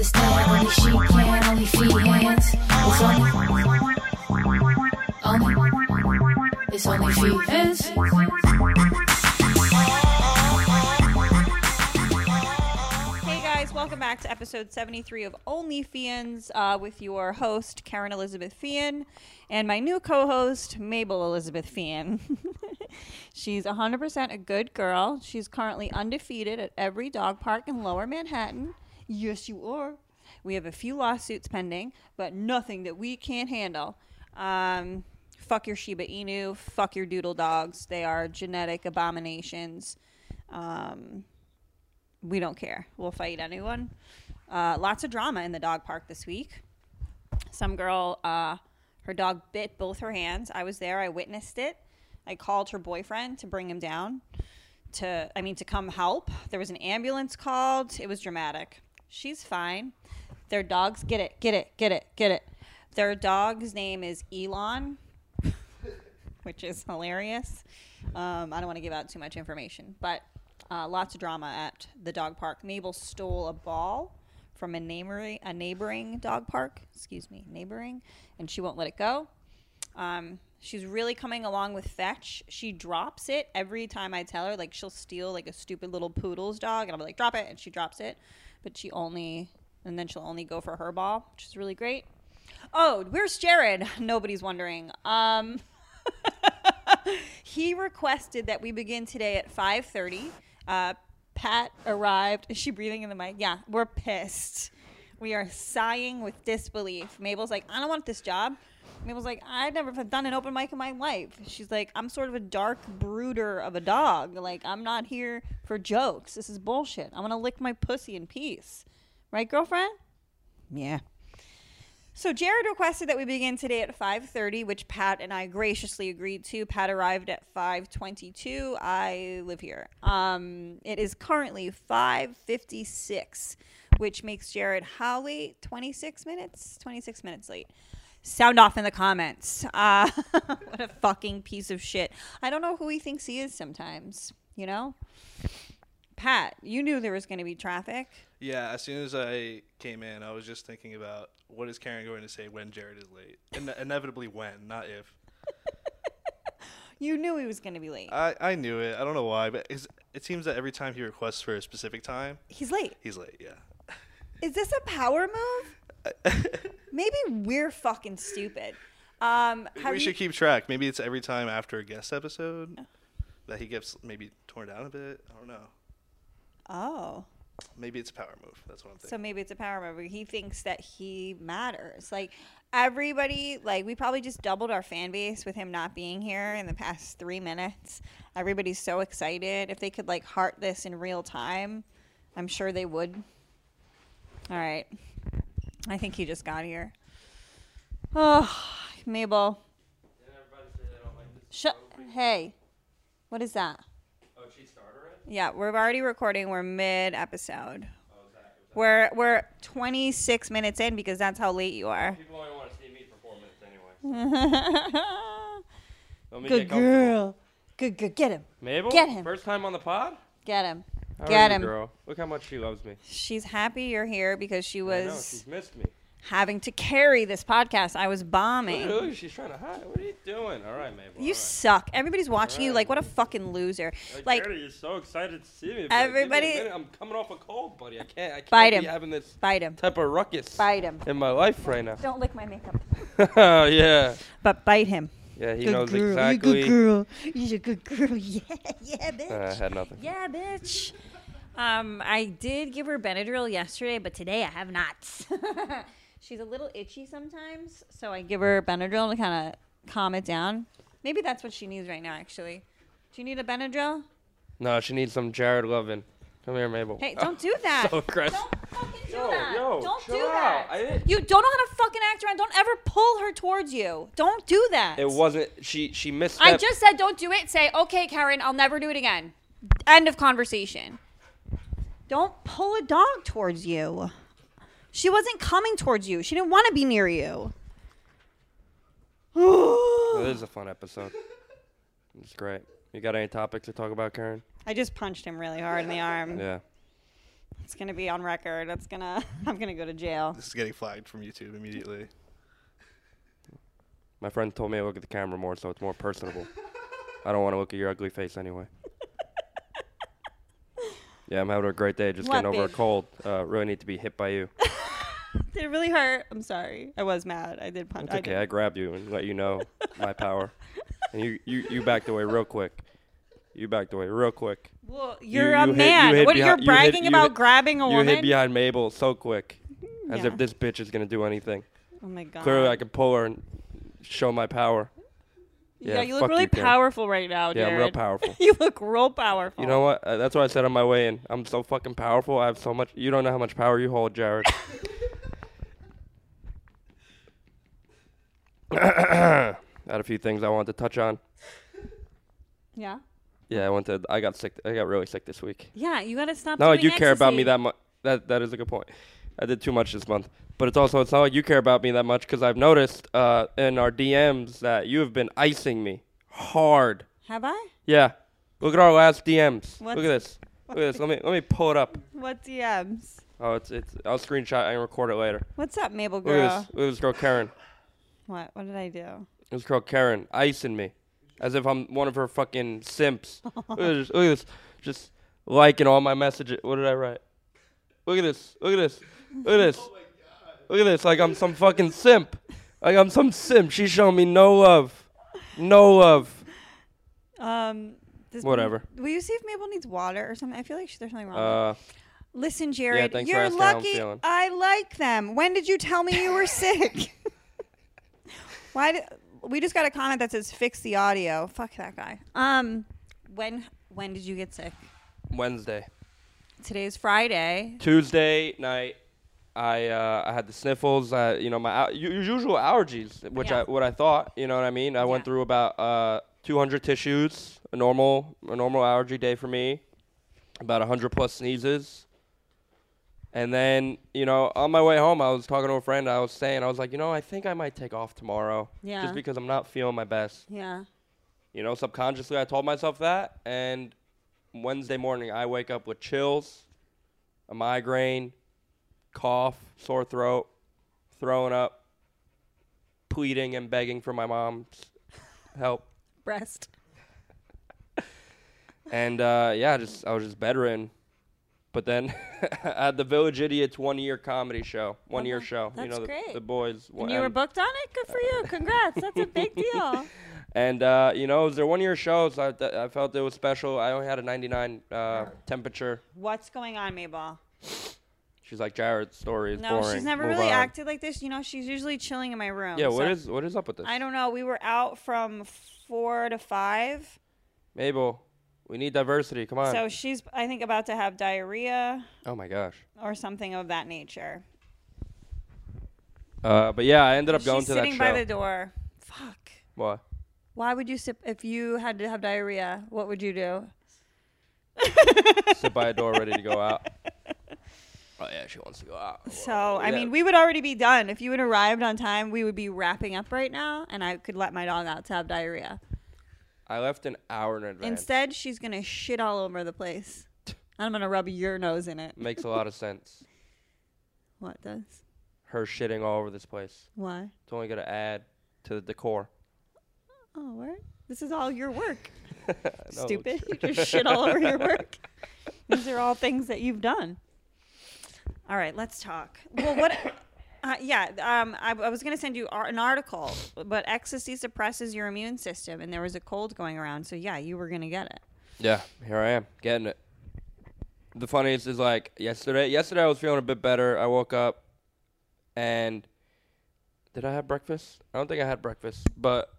Only she can, only she hands. It's only, only, it's only she hands. Hey guys, welcome back to episode 73 of Only Fians uh, with your host, Karen Elizabeth Fian, and my new co host, Mabel Elizabeth Fian. She's 100% a good girl. She's currently undefeated at every dog park in lower Manhattan. Yes, you are. We have a few lawsuits pending, but nothing that we can't handle. Um, fuck your Shiba Inu, fuck your doodle dogs. They are genetic abominations. Um, we don't care. We'll fight anyone. Uh, lots of drama in the dog park this week. Some girl, uh, her dog bit both her hands. I was there. I witnessed it. I called her boyfriend to bring him down. To I mean, to come help. There was an ambulance called. It was dramatic. She's fine. Their dogs get it, get it, get it, get it. Their dog's name is Elon which is hilarious. Um, I don't want to give out too much information, but uh, lots of drama at the dog park. Mabel stole a ball from a neighboring, a neighboring dog park, excuse me, neighboring, and she won't let it go. Um, she's really coming along with fetch. She drops it every time I tell her. Like she'll steal like a stupid little poodle's dog, and I'll be like, drop it, and she drops it. But she only, and then she'll only go for her ball, which is really great. Oh, where's Jared? Nobody's wondering. Um, he requested that we begin today at 5.30 uh, pat arrived is she breathing in the mic yeah we're pissed we are sighing with disbelief mabel's like i don't want this job mabel's like i've never done an open mic in my life she's like i'm sort of a dark brooder of a dog like i'm not here for jokes this is bullshit i want to lick my pussy in peace right girlfriend yeah so Jared requested that we begin today at 5:30, which Pat and I graciously agreed to. Pat arrived at 5:22. I live here. Um, it is currently 5:56, which makes Jared how late? 26 minutes. 26 minutes late. Sound off in the comments. Uh, what a fucking piece of shit. I don't know who he thinks he is sometimes. You know, Pat, you knew there was going to be traffic. Yeah, as soon as I came in, I was just thinking about what is Karen going to say when Jared is late? Ine- inevitably when, not if. You knew he was going to be late. I, I knew it. I don't know why, but it's, it seems that every time he requests for a specific time, He's late. he's late. Yeah. Is this a power move? Maybe we're fucking stupid. Um, have we you- should keep track. Maybe it's every time after a guest episode that he gets maybe torn down a bit. I don't know. Oh, Maybe it's a power move. That's what I'm thinking. so maybe it's a power move. He thinks that he matters. Like everybody, like we probably just doubled our fan base with him not being here in the past three minutes. Everybody's so excited. If they could like heart this in real time, I'm sure they would. All right. I think he just got here. Oh, Mabel. Shut. Hey, what is that? Oh, Yeah, we're already recording. We're mid Oh, episode. We're we're 26 minutes in because that's how late you are. People only want to see me for four minutes anyway. Let me Good get comfortable. girl. Good girl. Get him. Mabel? Get him. First time on the pod? Get him. How are Get you, him. Girl? Look how much she loves me. She's happy you're here because she I know, was she's missed me. having to carry this podcast. I was bombing. Ooh, she's trying to hide. What are you doing? All right, Mabel. You suck. Everybody's watching you like what a fucking loser. all right. Like Jared, you're so excited to see me. but give me a everybody- minute. I'm coming off a cold, buddy. I can't. I can't Bite be him. having this bite him. type of ruckus Bite him. in my life right now. Oh, Don't lick my makeup. yeah. But bite him. Yeah, he Good knows girl. exactly. You good girl. You're a good girl. Yeah, yeah, bitch. Uh, I had nothing. Yeah, bitch. Um, I did give her Benadryl yesterday, but today I have not. She's a little itchy sometimes, so I give her Benadryl to kind of calm it down. Maybe that's what she needs right now, actually. Do you need a Benadryl? No, she needs some Jared loving. Come here, Mabel. Hey, don't do that. so aggressive. Don't fucking do Yo, that. yo, don't do chill that. out. I didn't- You don't know how to fucking act around. Don't ever pull her towards you. Don't do that. It wasn't. She she missed. I just said don't do it. Say, okay, Karen, I'll never do it again. End of conversation. Don't pull a dog towards you. She wasn't coming towards you. She didn't want to be near you. This is a fun episode. It's great. You got any topics to talk about, Karen? I just punched him really hard in the arm. Yeah. It's gonna be on record. That's gonna. I'm gonna go to jail. This is getting flagged from YouTube immediately. My friend told me to look at the camera more, so it's more personable. I don't want to look at your ugly face anyway. Yeah, I'm having a great day. Just What, getting over babe? a cold. Uh, really need to be hit by you. It really hurt. I'm sorry. I was mad. I did punch. It's okay. I I, did. grabbed you and let you know my power, and you, you you backed away real quick. You backed away real quick. Well, You- you're a you hid- you man. hid what behi- you're you hid- bragging you about hid- grabbing a you woman? hit behind Mabel so quick, as Yeah. if this bitch is gonna do anything. oh my god. Clearly, I could pull her and show my power. yeah, yeah, you look fuck really you, Karen. powerful right now, Yeah, Jared. I'm real powerful. you look real powerful. You know what? Uh, that's what I said on my way in. I'm so fucking powerful. I have so much. You don't know how much power you hold, Jared. I had a few things I wanted to touch on. Yeah. Yeah, I went to. I got sick. I got really sick this week. Yeah, you gotta stop. Not like doing you care about me ecstasy. that much. That that is a good point. I did too much this month, but it's also it's not like you care about me that much because I've noticed uh, in our DMs that you have been icing me hard. Have I? Yeah, look at our last DMs. What's- Look at this. Look at this. Let me let me pull it up. What DMs? Oh, it's it's. I'll screenshot and record it later. What's up, Mabel Look at girl? this. Look at this girl Karen. What? What did I do? This girl Karen icing me, as if I'm one of her fucking simps. look, at this, look at this, just liking all my messages. What did I write? Look at this. Look at this. Look at this. Look at this. Like I'm some fucking simp. Like I'm some simp. She's showing me no love, no love. Um. Does Whatever. Will you see if Mabel needs water or something? I feel like she, there's something wrong. with Uh, Listen, Jared, thanks for you're asking how I'm lucky. feeling. I like them. When did you tell me you were sick? Why? Did, we just got a comment that says "fix the audio." Fuck that guy. Um, when when did you get sick? Wednesday, Today is Friday. Tuesday night. I uh, I had the sniffles, uh, you know my al- u- usual allergies, which Yeah. I what I thought, you know what I mean. I Yeah. went through about uh, 200 tissues, a normal a normal allergy day for me, about 100 plus sneezes, and then you know on my way home I was talking to a friend. I was saying I was like, you know, I think I might take off tomorrow, Yeah. just because I'm not feeling my best. Yeah. You know, subconsciously I told myself that, and Wednesday morning I wake up with chills, a migraine, cough, sore throat, throwing up, pleading and begging for my mom's help, Breast. and uh, yeah, just I was just bedridden. But then at the Village Idiots one year comedy show, one year show, you Oh that's know the, great. the boys. And you were and- booked on it. Good for you. Congrats. That's a big deal. And uh, you know, it was their one year show, so I, th- I felt it was special. I only had a 99 uh, temperature. What's going on, Mabel? She's like Jared's story is No, boring. she's never Move really on." acted like this. You know, she's usually chilling in my room. Yeah, so- what is what is up with this? I don't know. We were out from four to five. Mabel, we need diversity. Come on. So she's, I think, about to have diarrhea oh my gosh. or something of that nature. Uh, but yeah, I ended up She's going to that sitting show. by the door. Fuck. what? Why would you sip if you had to have diarrhea? What would you do? Sit by a door, ready to go out. Oh yeah, she wants to go out. So I Yeah. mean, we would already be done if you had arrived on time. We would be wrapping up right now, and I could let my dog out to have diarrhea. I left an hour in advance. Instead, she's gonna shit all over the place. I'm gonna rub your nose in it. Makes a lot of sense. What does? Her shitting all over this place. Why? It's only gonna add to the decor. Oh, where? This is all your work. No, it's- Stupid. You just shit all over your work. These are all things that you've done. All right, let's talk. Well, what? Uh, yeah, um, I, I was going to send you ar- an article, but ecstasy suppresses your immune system, and there was a cold going around. So, yeah, you were going to get it. Yeah, here I am getting it. The funniest is like yesterday. Yesterday I was feeling a bit better. I woke up, and did I have breakfast? I don't think I had breakfast, but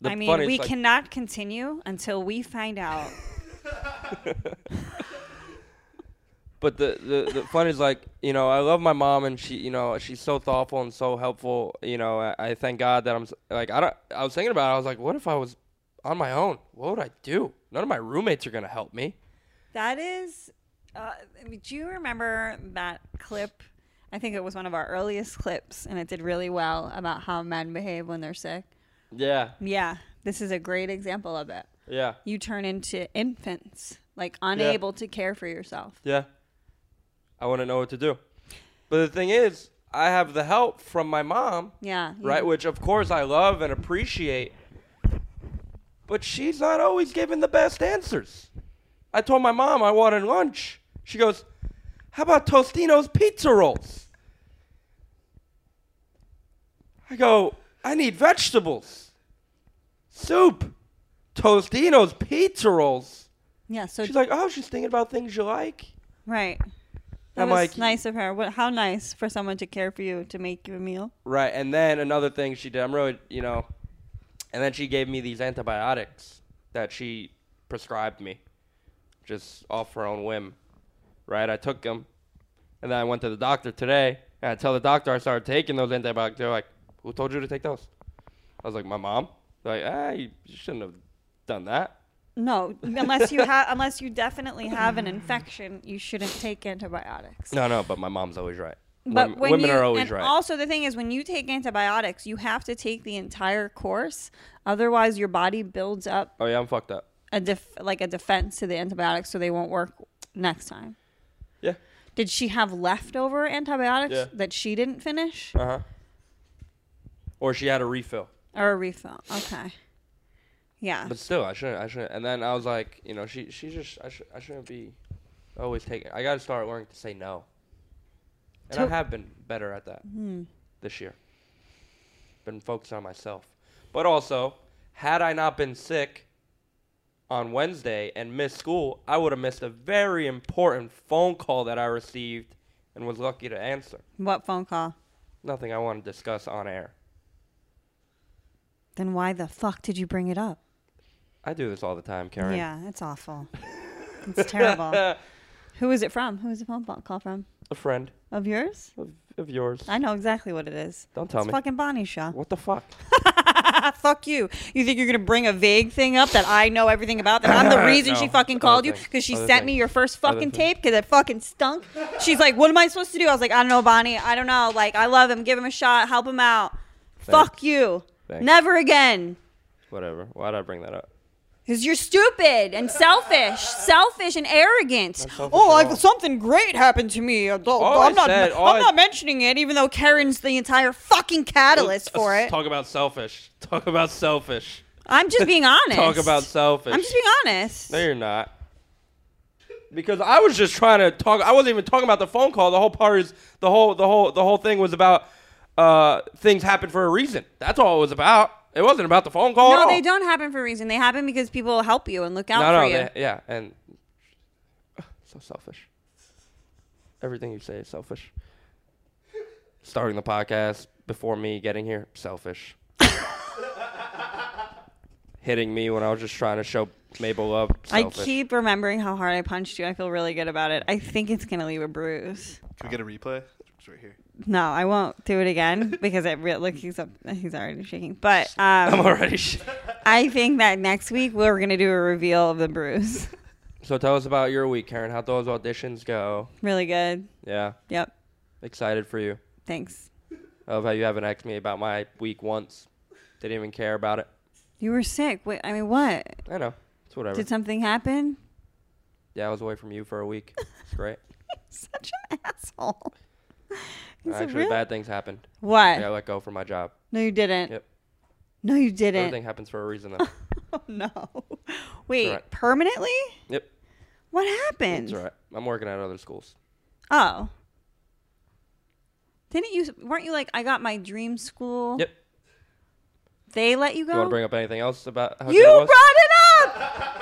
the I mean, funniest, we like- cannot continue until we find out. But the the the fun is like you know I love my mom and she you know she's so thoughtful and so helpful. You know I, I thank God that I'm s- like I don't. I was thinking about it. I was like, what if I was on my own? What would I do? None of my roommates are gonna help me. That is. Uh, do you remember that clip? I think it was one of our earliest clips, and it did really well about how men behave when they're sick. Yeah, Yeah, this is a great example of it. yeah, You turn into infants, like unable to care for yourself. yeah. I wouldn't know what to do. But the thing is, I have the help from my mom, Yeah. you- right? Which of course I love and appreciate. But she's not always giving the best answers. I told my mom I wanted lunch. She goes, "How about Tostino's pizza rolls?" I go, "I need vegetables, soup, Tostino's pizza rolls." Yeah. So She's like, "Oh, she's thinking about things you like." right. That I'm was like- nice of her. What, how nice for someone to care for you to make you a meal. Right, and then another thing she did, I'm really, you know, and then she gave me these antibiotics that she prescribed me, just off her own whim. Right, I took them, and then I went to the doctor today, and I tell the doctor I started taking those antibiotics. They're like, "Who told you to take those?" I was like, "My mom." They're like, "Ah, you, you shouldn't have done that." No, unless you have, unless you definitely have an infection, you shouldn't take antibiotics. No, no, but my mom's always right. But Wom- when women you, are always and right. Also, the thing is, when you take antibiotics, you have to take the entire course. Otherwise, your body builds up oh yeah, I'm fucked up. a def- like a defense to the antibiotics, so they won't work next time. Yeah. Did she have leftover antibiotics Yeah. that she didn't finish Uh huh. Or she had a refill. or a refill? Okay. Yeah. But still, I shouldn't. I shouldn't. And then I was like, you know, she she just I should I shouldn't be always taking. I got to start learning to say no. And I To- Hmm. have been better at that this year. Been focused on myself, but also had I not been sick on Wednesday and missed school, I would have missed a very important phone call that I received and was lucky to answer. What phone call? Nothing I want to discuss on air. Then why the fuck did you bring it up? I do this all the time, Karen. Yeah, it's awful. It's terrible. Who is it from? Who is the phone bo- call from? A friend Of yours? of, of yours. I know exactly what it is. Don't tell it's me. fucking Bonnie Shaw. What the fuck? Ah, fuck you. You think you're gonna bring a vague thing up that I know everything about? That I'm the reason No. she fucking Other called you thing. because she Other sent thing. me your first fucking thing. tape because it fucking stunk. She's like, "What am I supposed to do?" I was like, "I don't know, Bonnie. I don't know. Like, I love him. Give him a shot. Help him out. Fuck Thanks. you. Thanks. Never again." Whatever. Why did I bring that up? Because you're stupid and selfish, selfish and arrogant. selfish oh, at I, all. something great happened to me. uh, I'm All I not, said- all I'm I- not mentioning it, even though Karen's the entire fucking catalyst for Let's it. Talk about selfish. Talk about selfish. I'm just being honest. Talk about selfish. I'm just being honest. no, you're not. Because I was just trying to talk. I wasn't even talking about the phone call. The whole part is the whole the whole the whole thing was about uh, things happen for a reason. That's all it was about. It wasn't about the phone call. at No, all. they don't happen for a reason. They happen because people help you and look out Oh. No, for no, you. they- yeah, and so selfish. Everything you say is selfish. Starting the podcast before me getting here, selfish. Hitting me when I was just trying to show Mabel love, I selfish. keep remembering how hard I punched you. I feel really good about it. I think it's going to leave a bruise. Can we get a replay? It's right here. No, I won't do it again because it re- look he's up, he's already shaking. But um, I'm already. Sh- I think that next week we're gonna do a reveal of the bruise. so tell us about your week, Karen. How those auditions go? really good. Yeah, Yep. excited for you. Thanks. Of how you haven't asked me about my week once. Didn't even care about it. You were sick. Wait, I mean, what? I know. It's whatever. Did something happen? yeah, I was away from you for a week. It's great. Such an asshole. He's a Actually, real- bad things happened. What? I got let go from my job. No, you didn't. Yep. No, you didn't. Everything happens for a reason, though. Oh no. Wait, right. permanently? yep. What happened? It's all right. I'm working at other schools. Oh. Didn't you weren't you like I got my dream school? Yep. They let you You go? want to bring up anything else about how you good it brought was? it up.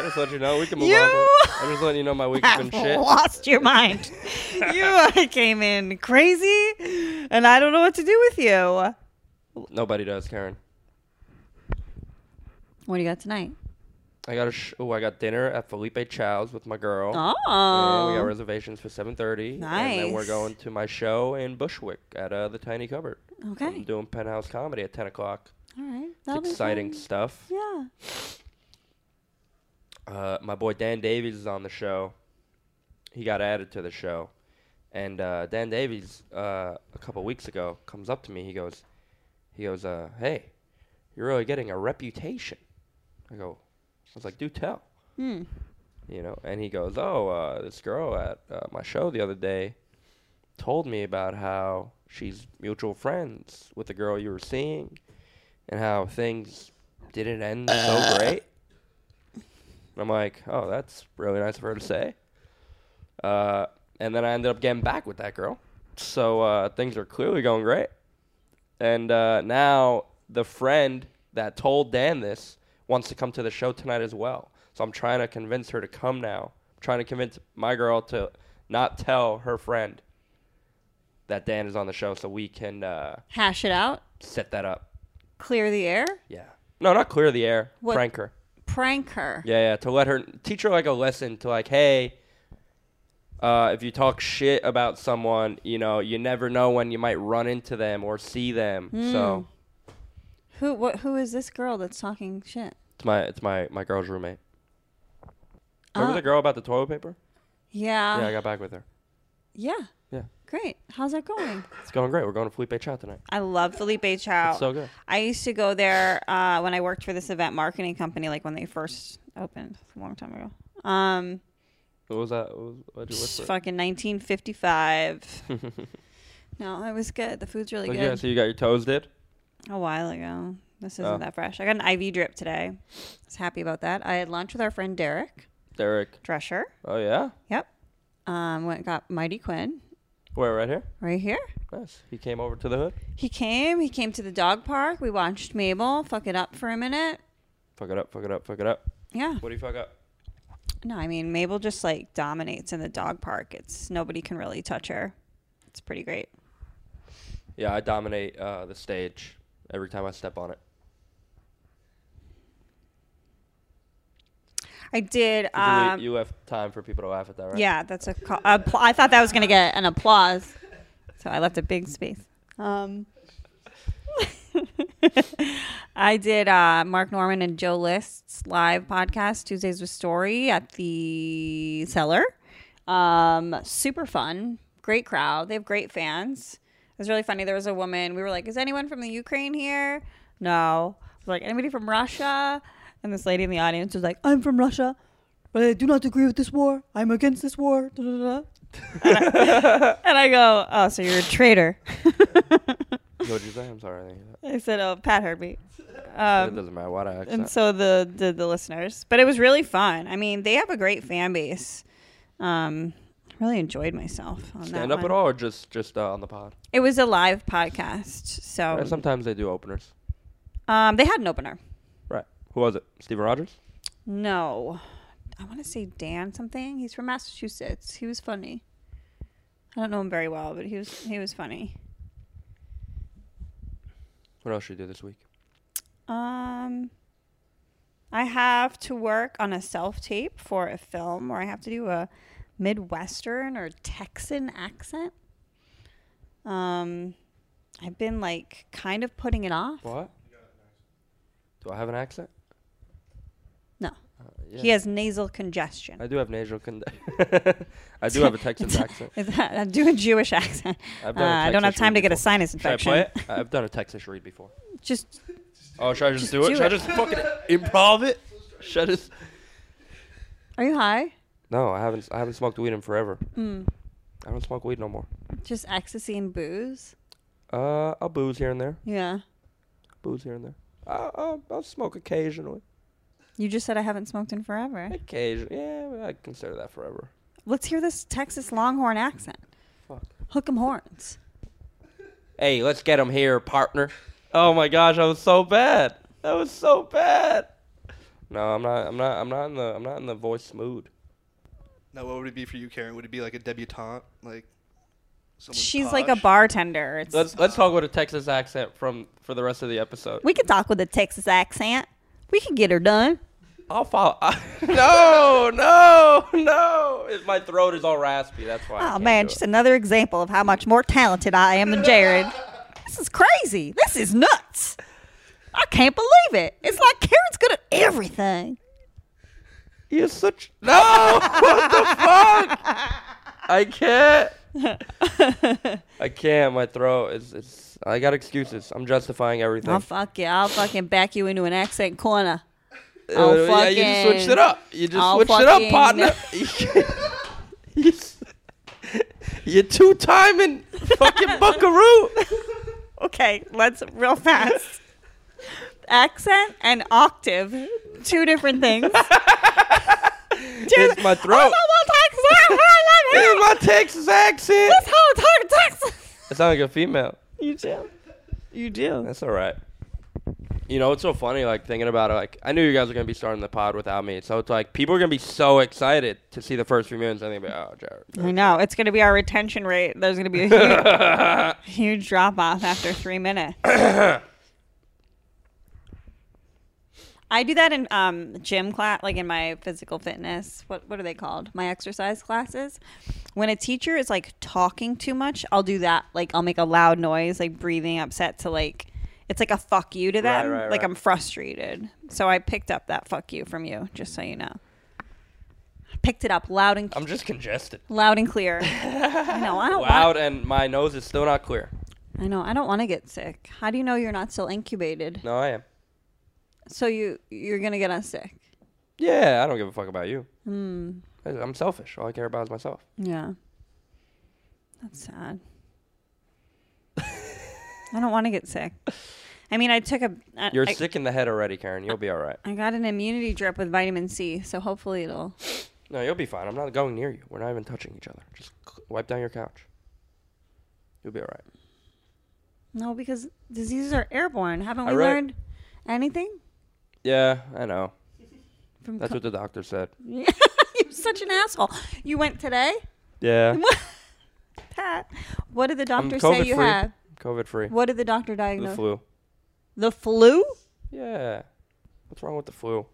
I just let you know. We can move You- on. From it. I'm just letting you know my week has been I've shit. lost your mind. you uh, came in crazy and I don't know what to do with you. Nobody does, Karen. What do you got tonight? I got a sh- oh, I got dinner at Felipe Chow's with my girl. Oh. And we got reservations for 7:30. And then we're Nice. going to my show in Bushwick at uh, the Tiny Cupboard. I'm okay. doing Penthouse Comedy at 10 o'clock. All right. That'll It's be exciting fun. stuff. Yeah. uh, my boy Dan Davies is on the show. He got added to the show, and uh, Dan Davies uh, a couple weeks ago comes up to me. He goes, he goes, uh, hey, you're really getting a reputation. I go, I was like, do tell. you know, and he goes, "Oh, uh, this girl at uh, my show the other day told me about how she's mutual friends with the girl you were seeing, and how things didn't end so great." And I'm like, "Oh, that's really nice of her to say." Uh, and then I ended up getting back with that girl, so uh, things are clearly going great. And uh, now the friend that told Dan this wants to come to the show tonight as well. So I'm trying to convince her to come now. I'm trying to convince my girl to not tell her friend that Dan is on the show so we can uh, Hash it out. set that up. Clear the air. Yeah. No, not clear the air. What- Prank her. Prank her. Yeah, yeah. To let her teach her like a lesson to like, hey, uh, if you talk shit about someone, you know, you never know when you might run into them or see them. So Hmm. Who? What? Who is this girl that's talking shit? it's my it's my my girl's roommate. Remember Ah. the girl about the toilet paper? Yeah. yeah, Yeah. I got back with her. Yeah. Great. How's that going? It's going great. We're going to Felipe Chow tonight. I love Felipe Chow. It's so good. I used to go there uh, when I worked for this event marketing company, like when they first opened a long time ago. Um, What was that? What was, what'd you look it's for? fucking 1955. no, it was good. The food's really Look, good. yeah, so you got your toes did? a while ago. This isn't Oh. that fresh. I got an IV drip today. I was happy about that. I had lunch with our friend Derek Derek. Drescher. Oh, yeah? Yep. Um, went and got Mighty Quinn Where, right here? right here. Nice. He came over to the hood. He came. He came to the dog park. We watched Mabel fuck it up for a minute. Fuck it up, fuck it up, fuck it up. Yeah. What do you fuck up? No, I mean Mabel just like dominates in the dog park. It's nobody can really touch her. It's pretty great. Yeah, I dominate uh, the stage every time I step on it. I did. 'Cause you le- Um, you left time for people to laugh at that, right? Yeah, that's a. Call, appl- I thought that was gonna get an applause, so I left a big space. Um, I did uh, Mark Norman and Joe List's live podcast Tuesdays with Story at the Cellar. Um, super fun, great crowd. They have great fans. It was really funny. There was a woman. We were like, "Is anyone from the Ukraine here?" No. I was like, "Anybody from Russia?" And this lady in the audience was like, "I'm from Russia." but I do not agree with this war. I'm against this war. Da, da, da, da. and, I, and I go, oh, so you're a traitor. What'd you say? I'm sorry. I didn't hear I said, oh, Pat heard me. that. it Um, doesn't matter what I accent. and so the, the the listeners, but it was really fun. I mean, they have a great fan base. Um, really enjoyed myself on Stand that up at one. all or just, just uh, on the pod? It was a live podcast, so Right, Sometimes they do openers. um, they had an opener. Right. Who was it? Steven Rogers? No, I want to say Dan something. He's from Massachusetts. He was funny. I don't know him very well, but he was he was funny. What else should you do this week? Um, I have to work on a self tape for a film where I have to do a Midwestern or Texan accent. Um, I've been like kind of putting it off. What? Do I have an accent? Uh, No, Yeah. he has nasal congestion. I do have nasal con- I do have a Texas accent. Is that, I do a Jewish accent. I've Uh, done a I don't have Texas time to read get a before. sinus Should I infection. play it? I've done a Texas read before. Just Oh, should I just, do it? do should I it. just fucking improv it? Should I just? are you high? No, I haven't. I haven't smoked weed in forever. I don't smoke weed no more. Just ecstasy and booze? Uh, I'll booze here and there. Yeah. Booze here and there. I'll, I'll, I'll smoke occasionally. You just said I haven't smoked in forever. Occasion. Yeah, I consider that forever. Let's hear this Texas Longhorn accent. Fuck. Hook 'em horns. Hey, let's get him here, partner. Oh my gosh, that was so bad. That was so bad. No, I'm not. I'm not. I'm not in the. I'm not in the voice mood. Now, what would it be for you, Karen? Would it be like a debutante, like? someone She's like a posh? bartender. It's, Let's let's talk with a Texas accent from for the rest of the episode. we can talk with a Texas accent. We can get her done. I'll follow. no, no, no. It- my throat is all raspy. That's why. I Oh can't man, do just it. another example of how much more talented I am than Jared. this is crazy. This is nuts. I can't believe it. It's like Karen's good at everything. He is such. No! what the fuck? I can't. I can't. My throat is. It's, I got excuses. I'm justifying everything. I'll fuck you. I'll fucking back you into an accent corner. I'll Uh, yeah, you just switched fucking- it up. You just I'll switched it up, fucking- partner. You s- You're two timing fucking buckaroo. Okay, let's real fast. Accent and octave, two different things. It's my throat. It's my Texas accent. I sound like a female. You do. You do. That's all right. You know, it's so funny, like, thinking about it. Like, I knew you guys were going to be starting the pod without me. So it's like, people are going to be so excited to see the first few minutes. I think, oh, Jared. I know. It's going to be our retention rate. There's going to be a huge, huge drop off after three minutes. I do that in um, gym class, like in my physical fitness. What what are they called? My exercise classes. When a teacher is like talking too much, I'll do that. Like I'll make a loud noise, like breathing upset to like. It's like a fuck you to them. right, like right. I'm frustrated. So I picked up that fuck you from you, just so you know. Picked it up loud and I'm just congested. loud and clear. I know. I don't. Want, Loud, and my nose is still not clear. I know. I don't want to get sick. How do you know you're not still incubated? No, I am. So you you're gonna get us sick. Yeah, I don't give a fuck about you. Hmm. I- I'm selfish. All I care about is myself. Yeah. That's sad. I don't want to get sick. I mean, I took a. I, You're I- sick in the head already, Karen. You'll be all right. I got an immunity drip with vitamin C, so hopefully it'll. No, you'll be fine. I'm not going near you. We're not even touching each other. Just c- wipe down your couch. You'll be all right. No, because diseases are airborne. Haven't we I read- learned anything Yeah, I know. from? That's what the doctor said. You're such an asshole. You went today, Yeah. Pat. What did the I'm doctor say COVID you free. had? COVID free. What did the doctor The diagnose? flu. The flu? Yeah. What's wrong with the flu?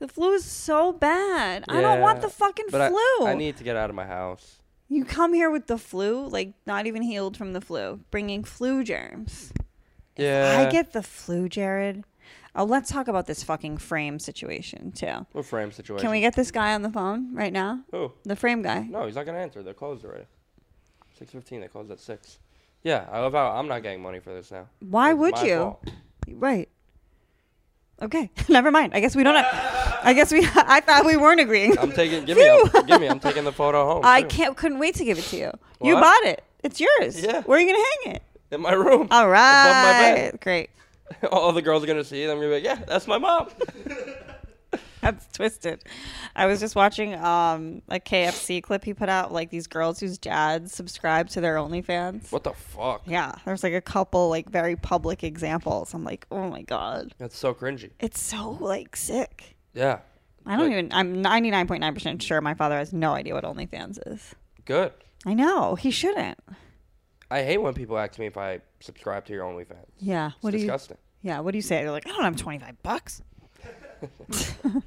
The flu is so bad. I don't want Yeah, the fucking But I- flu. I, need to get out of my house. you come here with the flu, like not even healed from the flu, bringing flu germs. Yeah. I get the flu, Jared. Oh, let's talk about this fucking frame situation too. What frame situation? Can we get this guy on the phone right now? Oh The frame guy. no, he's not gonna answer. They're closed already. Six fifteen. They closed at six. Yeah, I love how I'm not getting money for this now. Why It's would my you? fault. Right. Okay. Never mind. I guess we don't. I guess we. I thought we weren't agreeing. I'm taking. Give me. I'm, give me. I'm taking the photo home. I too. can't. Couldn't wait to give it to you. You What? bought it. It's yours. Yeah. Where are you gonna hang it? In my room. All right. Above my Great. bed. All the girls are gonna see it. I'm gonna be like, yeah, that's my mom. That's twisted. I was just watching um, a KFC clip he put out, like these girls whose dads subscribe to their OnlyFans. what the fuck? Yeah, there's like a couple like very public examples. I'm like, oh my god, That's so cringy. it's so like sick. Yeah. I don't Like- even. I'm 99.9 percent sure my father has no idea what OnlyFans is. Good. I know he shouldn't. I hate when people ask me if I subscribe to your OnlyFans. It's Yeah. What do you? disgusting. Yeah. What do you say? They're like, I don't have 25 bucks.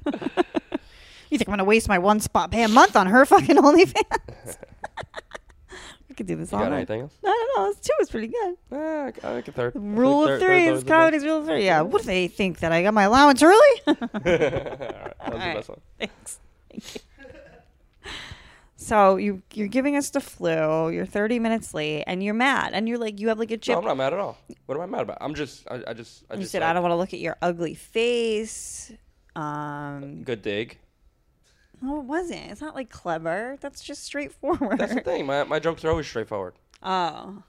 you think I'm gonna waste my one spot pay a month on her fucking OnlyFans? we could do this You, all got night. anything else? No, no, no. It's two. It's pretty good. Yeah, I c- I like a third. I think Rule third- of three. third's It's always the comedy's rule of three. Yeah. What if they think that I got my allowance early? best. All right, that was the All right. best one. Thanks. Thank you. So you you're giving us the flu. You're 30 minutes late, and you're mad, and you're like you have like a No, chip. I'm not mad at all. What am I mad about? I'm just, I, I just, I you just. said like, I don't want to look at your ugly face. Um, Good dig. no, it wasn't. It's not like clever. That's just straightforward. That's the thing. My my jokes are always straightforward. oh,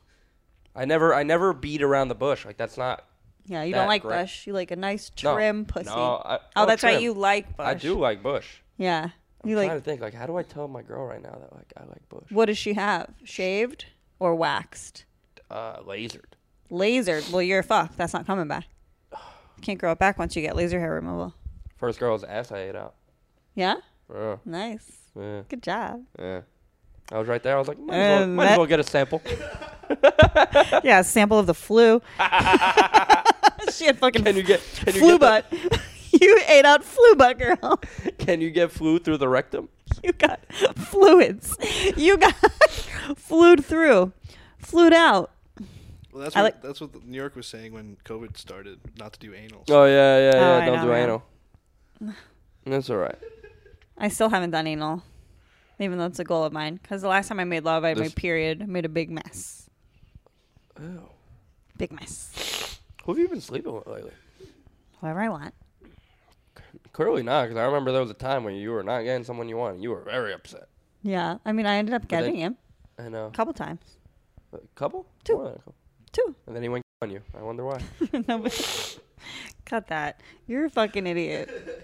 I never, I never beat around the bush. Like that's not. yeah. You That don't like great. bush. You like a nice No. trim pussy. No, I- oh, no, that's right. trim. You like bush. I do like bush. Yeah. You trying like. to think like, how do I tell my girl right now that like I like bush? What does she have? Shaved or waxed? Uh, lasered. Lasered. Well, you're fucked. That's not coming back. Can't grow it back once you get laser hair removal. First girl's ass I ate out. Yeah. Uh, Nice. yeah, Good job. yeah. I was right there. I was like, might as well, And might as that- well get a sample. yeah. Sample of the flu. she had fucking Can you get can you flu get the- butt. you ate out flu butt, girl. Can you get flu through the rectum? You got fluids. You got flued through, flued out. Well, that's I what, like- that's what New York was saying when COVID started, not to do anal. Oh yeah, yeah, Oh, yeah. I Don't know, do I know. anal. That's all right. I still haven't done anal, even though it's a goal of mine. Because the last time I made love, I had my This- period, I made a big mess. Ew. Big mess. Who have you been sleeping with lately? Whoever I want. Clearly not, because I remember there was a time when you were not getting someone you wanted. You were very upset. Yeah. I mean, I ended up then- getting him I know. a couple times. A couple? Two. More than a couple. Two. And then he went on you. I wonder why. no, but cut that. You're a fucking idiot.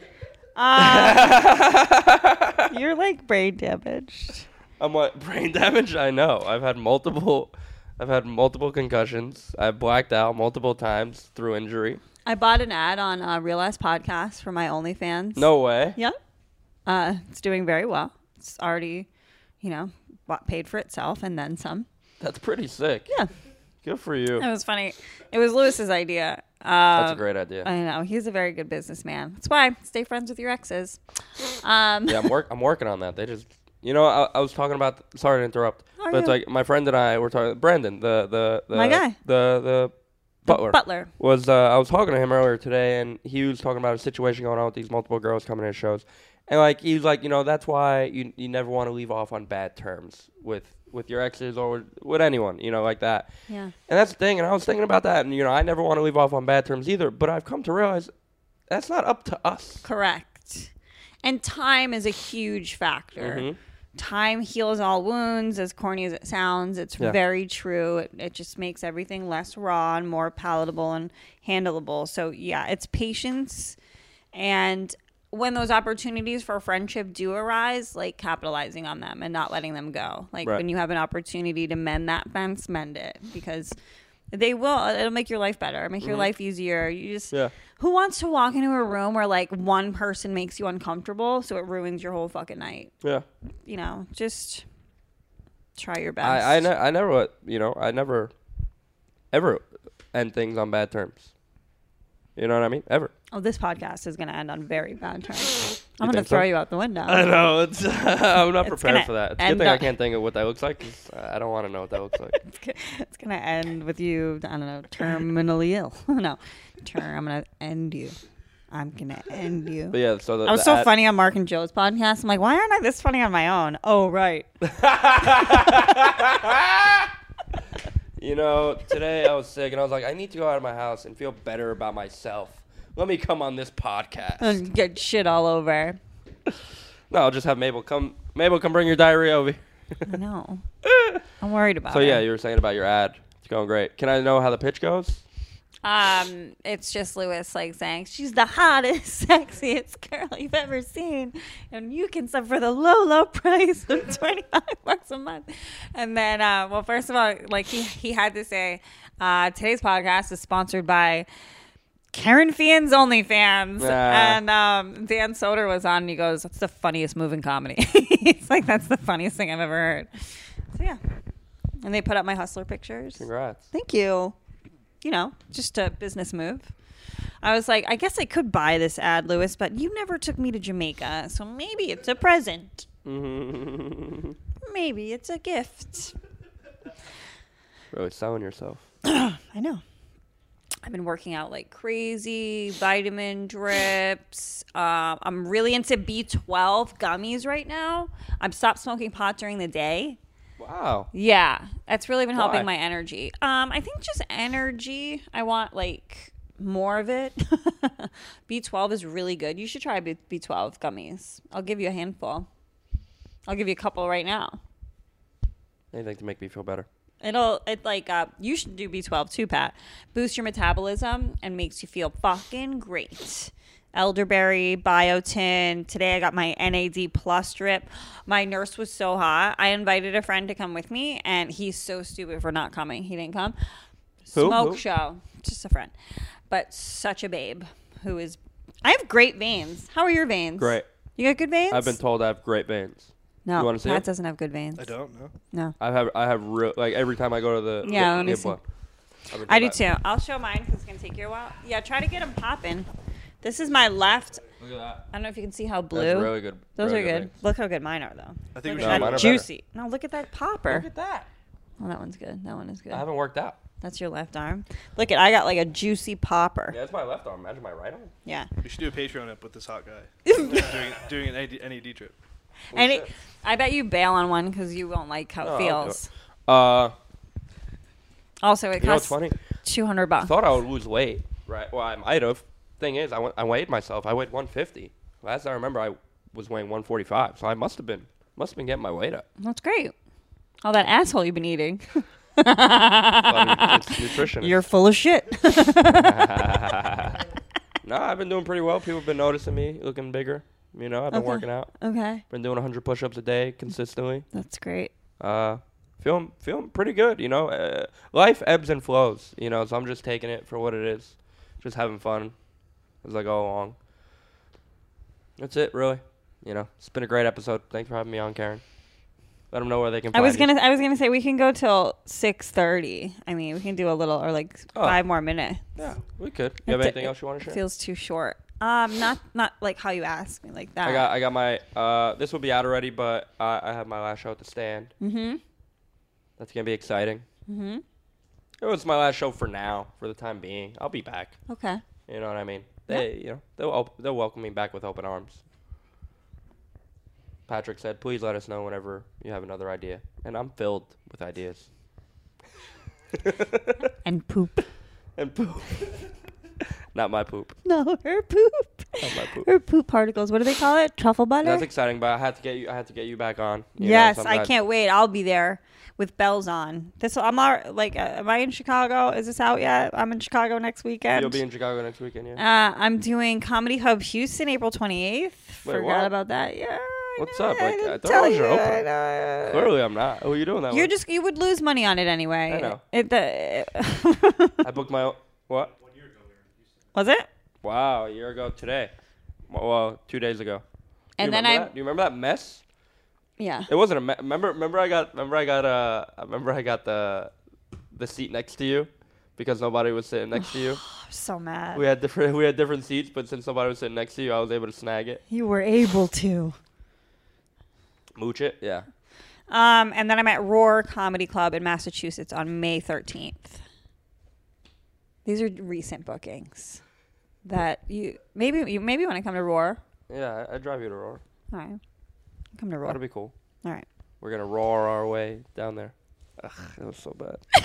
Uh, you're like brain damaged. I'm like brain damage. I know. I've had multiple. I've had multiple concussions. I've blacked out multiple times through injury. I bought an ad on uh, Real Ass Podcast for my OnlyFans. No way. Yeah. Uh, it's doing very well. It's already, you know, bought, paid for itself and then some. That's pretty sick. Yeah. Good for you. It was funny. It was Lewis's idea. Uh, That's a great idea. I know. He's a very good businessman. That's why stay friends with your exes. Um, yeah, I'm work. I'm working on that. They just, you know, I, I was talking about. Sorry to interrupt, Oh, but it's yeah. like my friend and I were talking. Brendan, the the, the My guy. the the butler. butler. was uh, I was talking to him earlier today, and he was talking about a situation going on with these multiple girls coming to shows, and like he was like, you know, that's why you you never want to leave off on bad terms with with your exes or with, with anyone, you know, like that. Yeah. And that's the thing. And I was thinking about that, and you know, I never want to leave off on bad terms either. But I've come to realize that's not up to us. Correct. And time is a huge factor. Mhm. Time heals all wounds, as corny as it sounds. It's Yeah. very true. It, it just makes everything less raw and more palatable and handleable. So, yeah, it's patience. And when those opportunities for friendship do arise, like capitalizing on them and not letting them go. Like Right. when you have an opportunity to mend that fence, mend it because they will. uh, It'll make your life better, make your life easier. You just, Mm-hmm. Yeah. who wants to walk into a room where like one person makes you uncomfortable so it ruins your whole fucking night? Yeah. You know, just try your best. I I, ne- I never uh, you know I never ever end things on bad terms. You know what I mean? Ever. Oh, this podcast is going to end on very bad terms. I'm going You think to throw so? you out the window. I know. It's I'm not It's prepared gonna for that. It's a end good thing I up- can't think of what that looks like 'cause I don't want to know what that looks like. it's go- it's gonna end with you. I don't know, terminally ill. no, term. I'm gonna end you. I'm gonna end you. But yeah, so the, I was the so ad- funny on Mark and Joe's podcast. I'm like, why aren't I this funny on my own? Oh, right. You know, today I was sick and I was like, I need to go out of my house and feel better about myself. Let me come on this podcast. And Get shit all over. no, I'll just have Mabel come. Mabel, come bring your diarrhea over. here. I know. I'm worried about So it. yeah, you were saying about your ad. It's going great. Can I know how the pitch goes? Um, it's just Lewis like saying she's the hottest, sexiest girl you've ever seen, and you can sub for the low, low price of twenty five bucks a month. And then, uh, well, first of all, like he he had to say, uh, today's podcast is sponsored by. Karen Fian's OnlyFans. Ah. And um, Dan Soder was on and he goes, That's the funniest move in comedy. it's like, That's the funniest thing I've ever heard. So, yeah. And they put up my hustler pictures. Congrats. Thank you. You know, just a business move. I was like, I guess I could buy this ad, Lewis, but you never took me to Jamaica, so maybe it's a present. really Maybe it's a gift. selling yourself. I know. I've been working out like crazy, vitamin drips. Um, I'm really into B12 gummies right now. I've stopped smoking pot during the day. Wow. Yeah, that's really been helping my Why? energy. Um, I think just energy. I want like more of it. B12 is really good. You should try B- B12 gummies. I'll give you a handful. I'll give you a couple right now. Anything to make me feel better. It'll it like uh, you should do B12 too, Pat. Boosts your metabolism and makes you feel fucking great. Elderberry, biotin. Today I got my NAD plus drip. My nurse was so hot. I invited a friend to come with me, and he's so stupid for not coming. He didn't come. Who? Smoke Who? show, just a friend, but such a babe who is. I have great veins. How are your veins? Great. You got good veins. I've been told I have great veins. no. you wanna see Pat it? doesn't have good veins. I don't know. No. I have I have real like every time I go to the Yeah, the- let me get see. blood. I've been I do told too. I'll show mine because it's gonna take you a while. Yeah, try to get them popping. This is my left. that. Look at I don't know if you can see how blue. that. That's really good. Those are really good. veins. Look how good mine are though. I Look think we at should that do mine are better. juicy. No, look at that popper. Look at that. Oh, that one's good. That one is good. I haven't worked out. That's your left arm. Look at I got like a juicy popper. Yeah, that's my left arm. Imagine my right arm. Yeah. We should do a Patreon up with this hot guy doing, doing an NAD, NAD trip. And it, shit. I bet you bail on one because you won't like how No, I'll it do feels. Uh, Also, it you know costs what's funny? two hundred bucks. Thought I would lose weight, right? Well, I might have. Thing is, I, went, I weighed myself. I weighed 150. Last I remember, I was weighing 145, so I must have been must have been getting my weight up. That's great. All that asshole you've been eating. But it's nutrition. You're full of shit. No, I've been doing pretty well. People have been noticing me looking bigger. You know, I've been Okay. working out. okay. Been doing 100 push-ups a day consistently. That's great. Uh, feeling feeling pretty good. You know, uh, life ebbs and flows. You know, so I'm just taking it for what it is. Just having fun as I go along. That's it, really. You know, it's been a great episode. Thanks for having me on, Karen. Let them know where they I can. find was you. gonna I was gonna say we can go till six thirty. I mean we can do a little or like Oh. five more minutes. Yeah, we could. You have It- anything it else you want to share? Feels too short. Um not not like how you asked me like that. I got I got my uh this will be out already, but I, I have my last show at the stand. Mm-hmm. That's gonna be exciting. Mm-hmm. It was my last show for now, for the time being. I'll be back. okay. You know what I mean? They you know they'll op- they'll welcome me back with open arms. Patrick said, "Please let us know whenever you have another idea," and I'm filled with ideas And poop. and poop. Not my poop. No, her poop. Not my poop. Her poop particles. What do they call it? Truffle butter? That's exciting, but I had to get you. I had to get you back on. you know, yes, so I'm I not- can't wait. I'll be there with bells on. This I'm all, like uh, am I in Chicago? Is this out yet? I'm in Chicago next weekend. You'll be in Chicago next weekend. Yeah. uh, I'm doing Comedy Hub Houston April 28th. Forgot what? about that. Yeah. I What's know, up? Like, I didn't thought tell those were you. I open. know. Clearly, I'm not. Who are you doing that Uh, You're with? just you would lose money on it anyway. I know. It, the, I booked my own. What? was it? Wow, a year ago today. Well, Well, two days ago. Do you And then remember I that? Do you remember that mess? yeah. It wasn't a me- remember. Remember, I got. Remember, I got. Uh, I remember I got the, the seat next to you, because nobody was sitting next to you. I'm so mad. We had different. We had different seats, but since nobody was sitting next to you, I was able to snag it. You were able to. Mooch it. Yeah. Um, and then I'm at Roar Comedy Club in Massachusetts on May 13th. These are recent bookings that you maybe you maybe want to come to Roar. Yeah, I, I drive you to roar. All right, come to Roar. That'd be cool. All right. We're gonna roar our way down there. Ugh, that was so bad.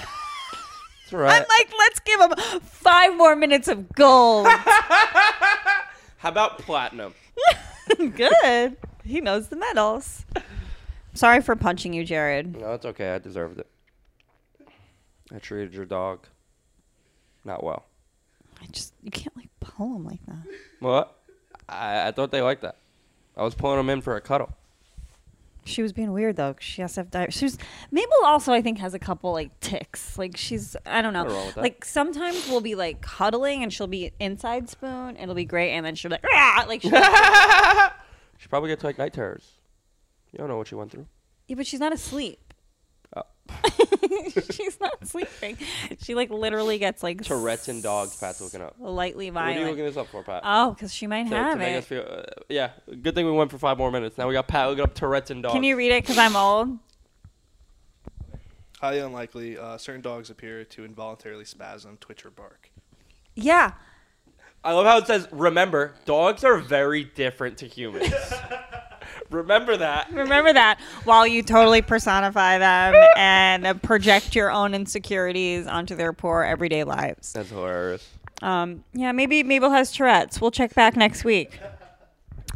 it's alright. I'm like, let's give them five more minutes of gold. How about platinum? Good. He knows the medals. Sorry for punching you, Jared. No, it's okay. I deserved it. I treated your dog not well. I just you can't like pull him like that. What? I, I thought they liked that. I was pulling them in for a cuddle. She was being weird though. 'cause She has to have diet. She was Mabel also I think has a couple like ticks. Like she's I don't know. Nothing wrong with that. Like sometimes we'll be like cuddling and she'll be inside spoon and it'll be great and then she'll be like "Rah!" like she, yeah, She probably gets like night terrors. You don't know what she went through. but she's not asleep. Oh. she's not sleeping. She like literally gets like Tourette's and dogs. Pat's looking up. slightly What are you looking violent. this up for, Pat? Oh, because she might to, to have make us it. feel. Uh, yeah. Good thing we went for five more minutes. Now we got Pat looking up Tourette's and dogs. Can you read it? Because I'm old. Highly unlikely, uh, certain dogs appear to involuntarily spasm, twitch, or bark. Yeah. I love how it says. Remember, dogs are very different to humans. Remember that. Remember that while you totally personify them and project your own insecurities onto their poor everyday lives. That's hilarious. Um, yeah, maybe Mabel has Tourette's. We'll check back next week.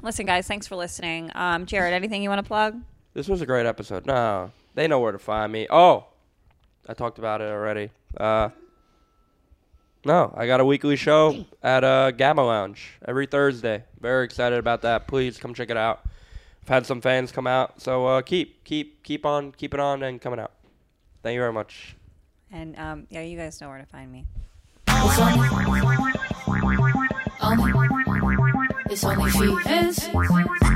Listen, guys, thanks for listening. Um, Jared, anything you want to plug? This was a great episode. No, they know where to find me. Oh, I talked about it already. Uh, no, I got a weekly show at uh, Gamma Lounge every Thursday. Very excited about that. Please come check it out. I've had some fans come out, so uh, keep, keep, keep on, keep it on, and coming out. Thank you very much. And um, yeah, you guys know where to find me. It's only, only, it's only she is.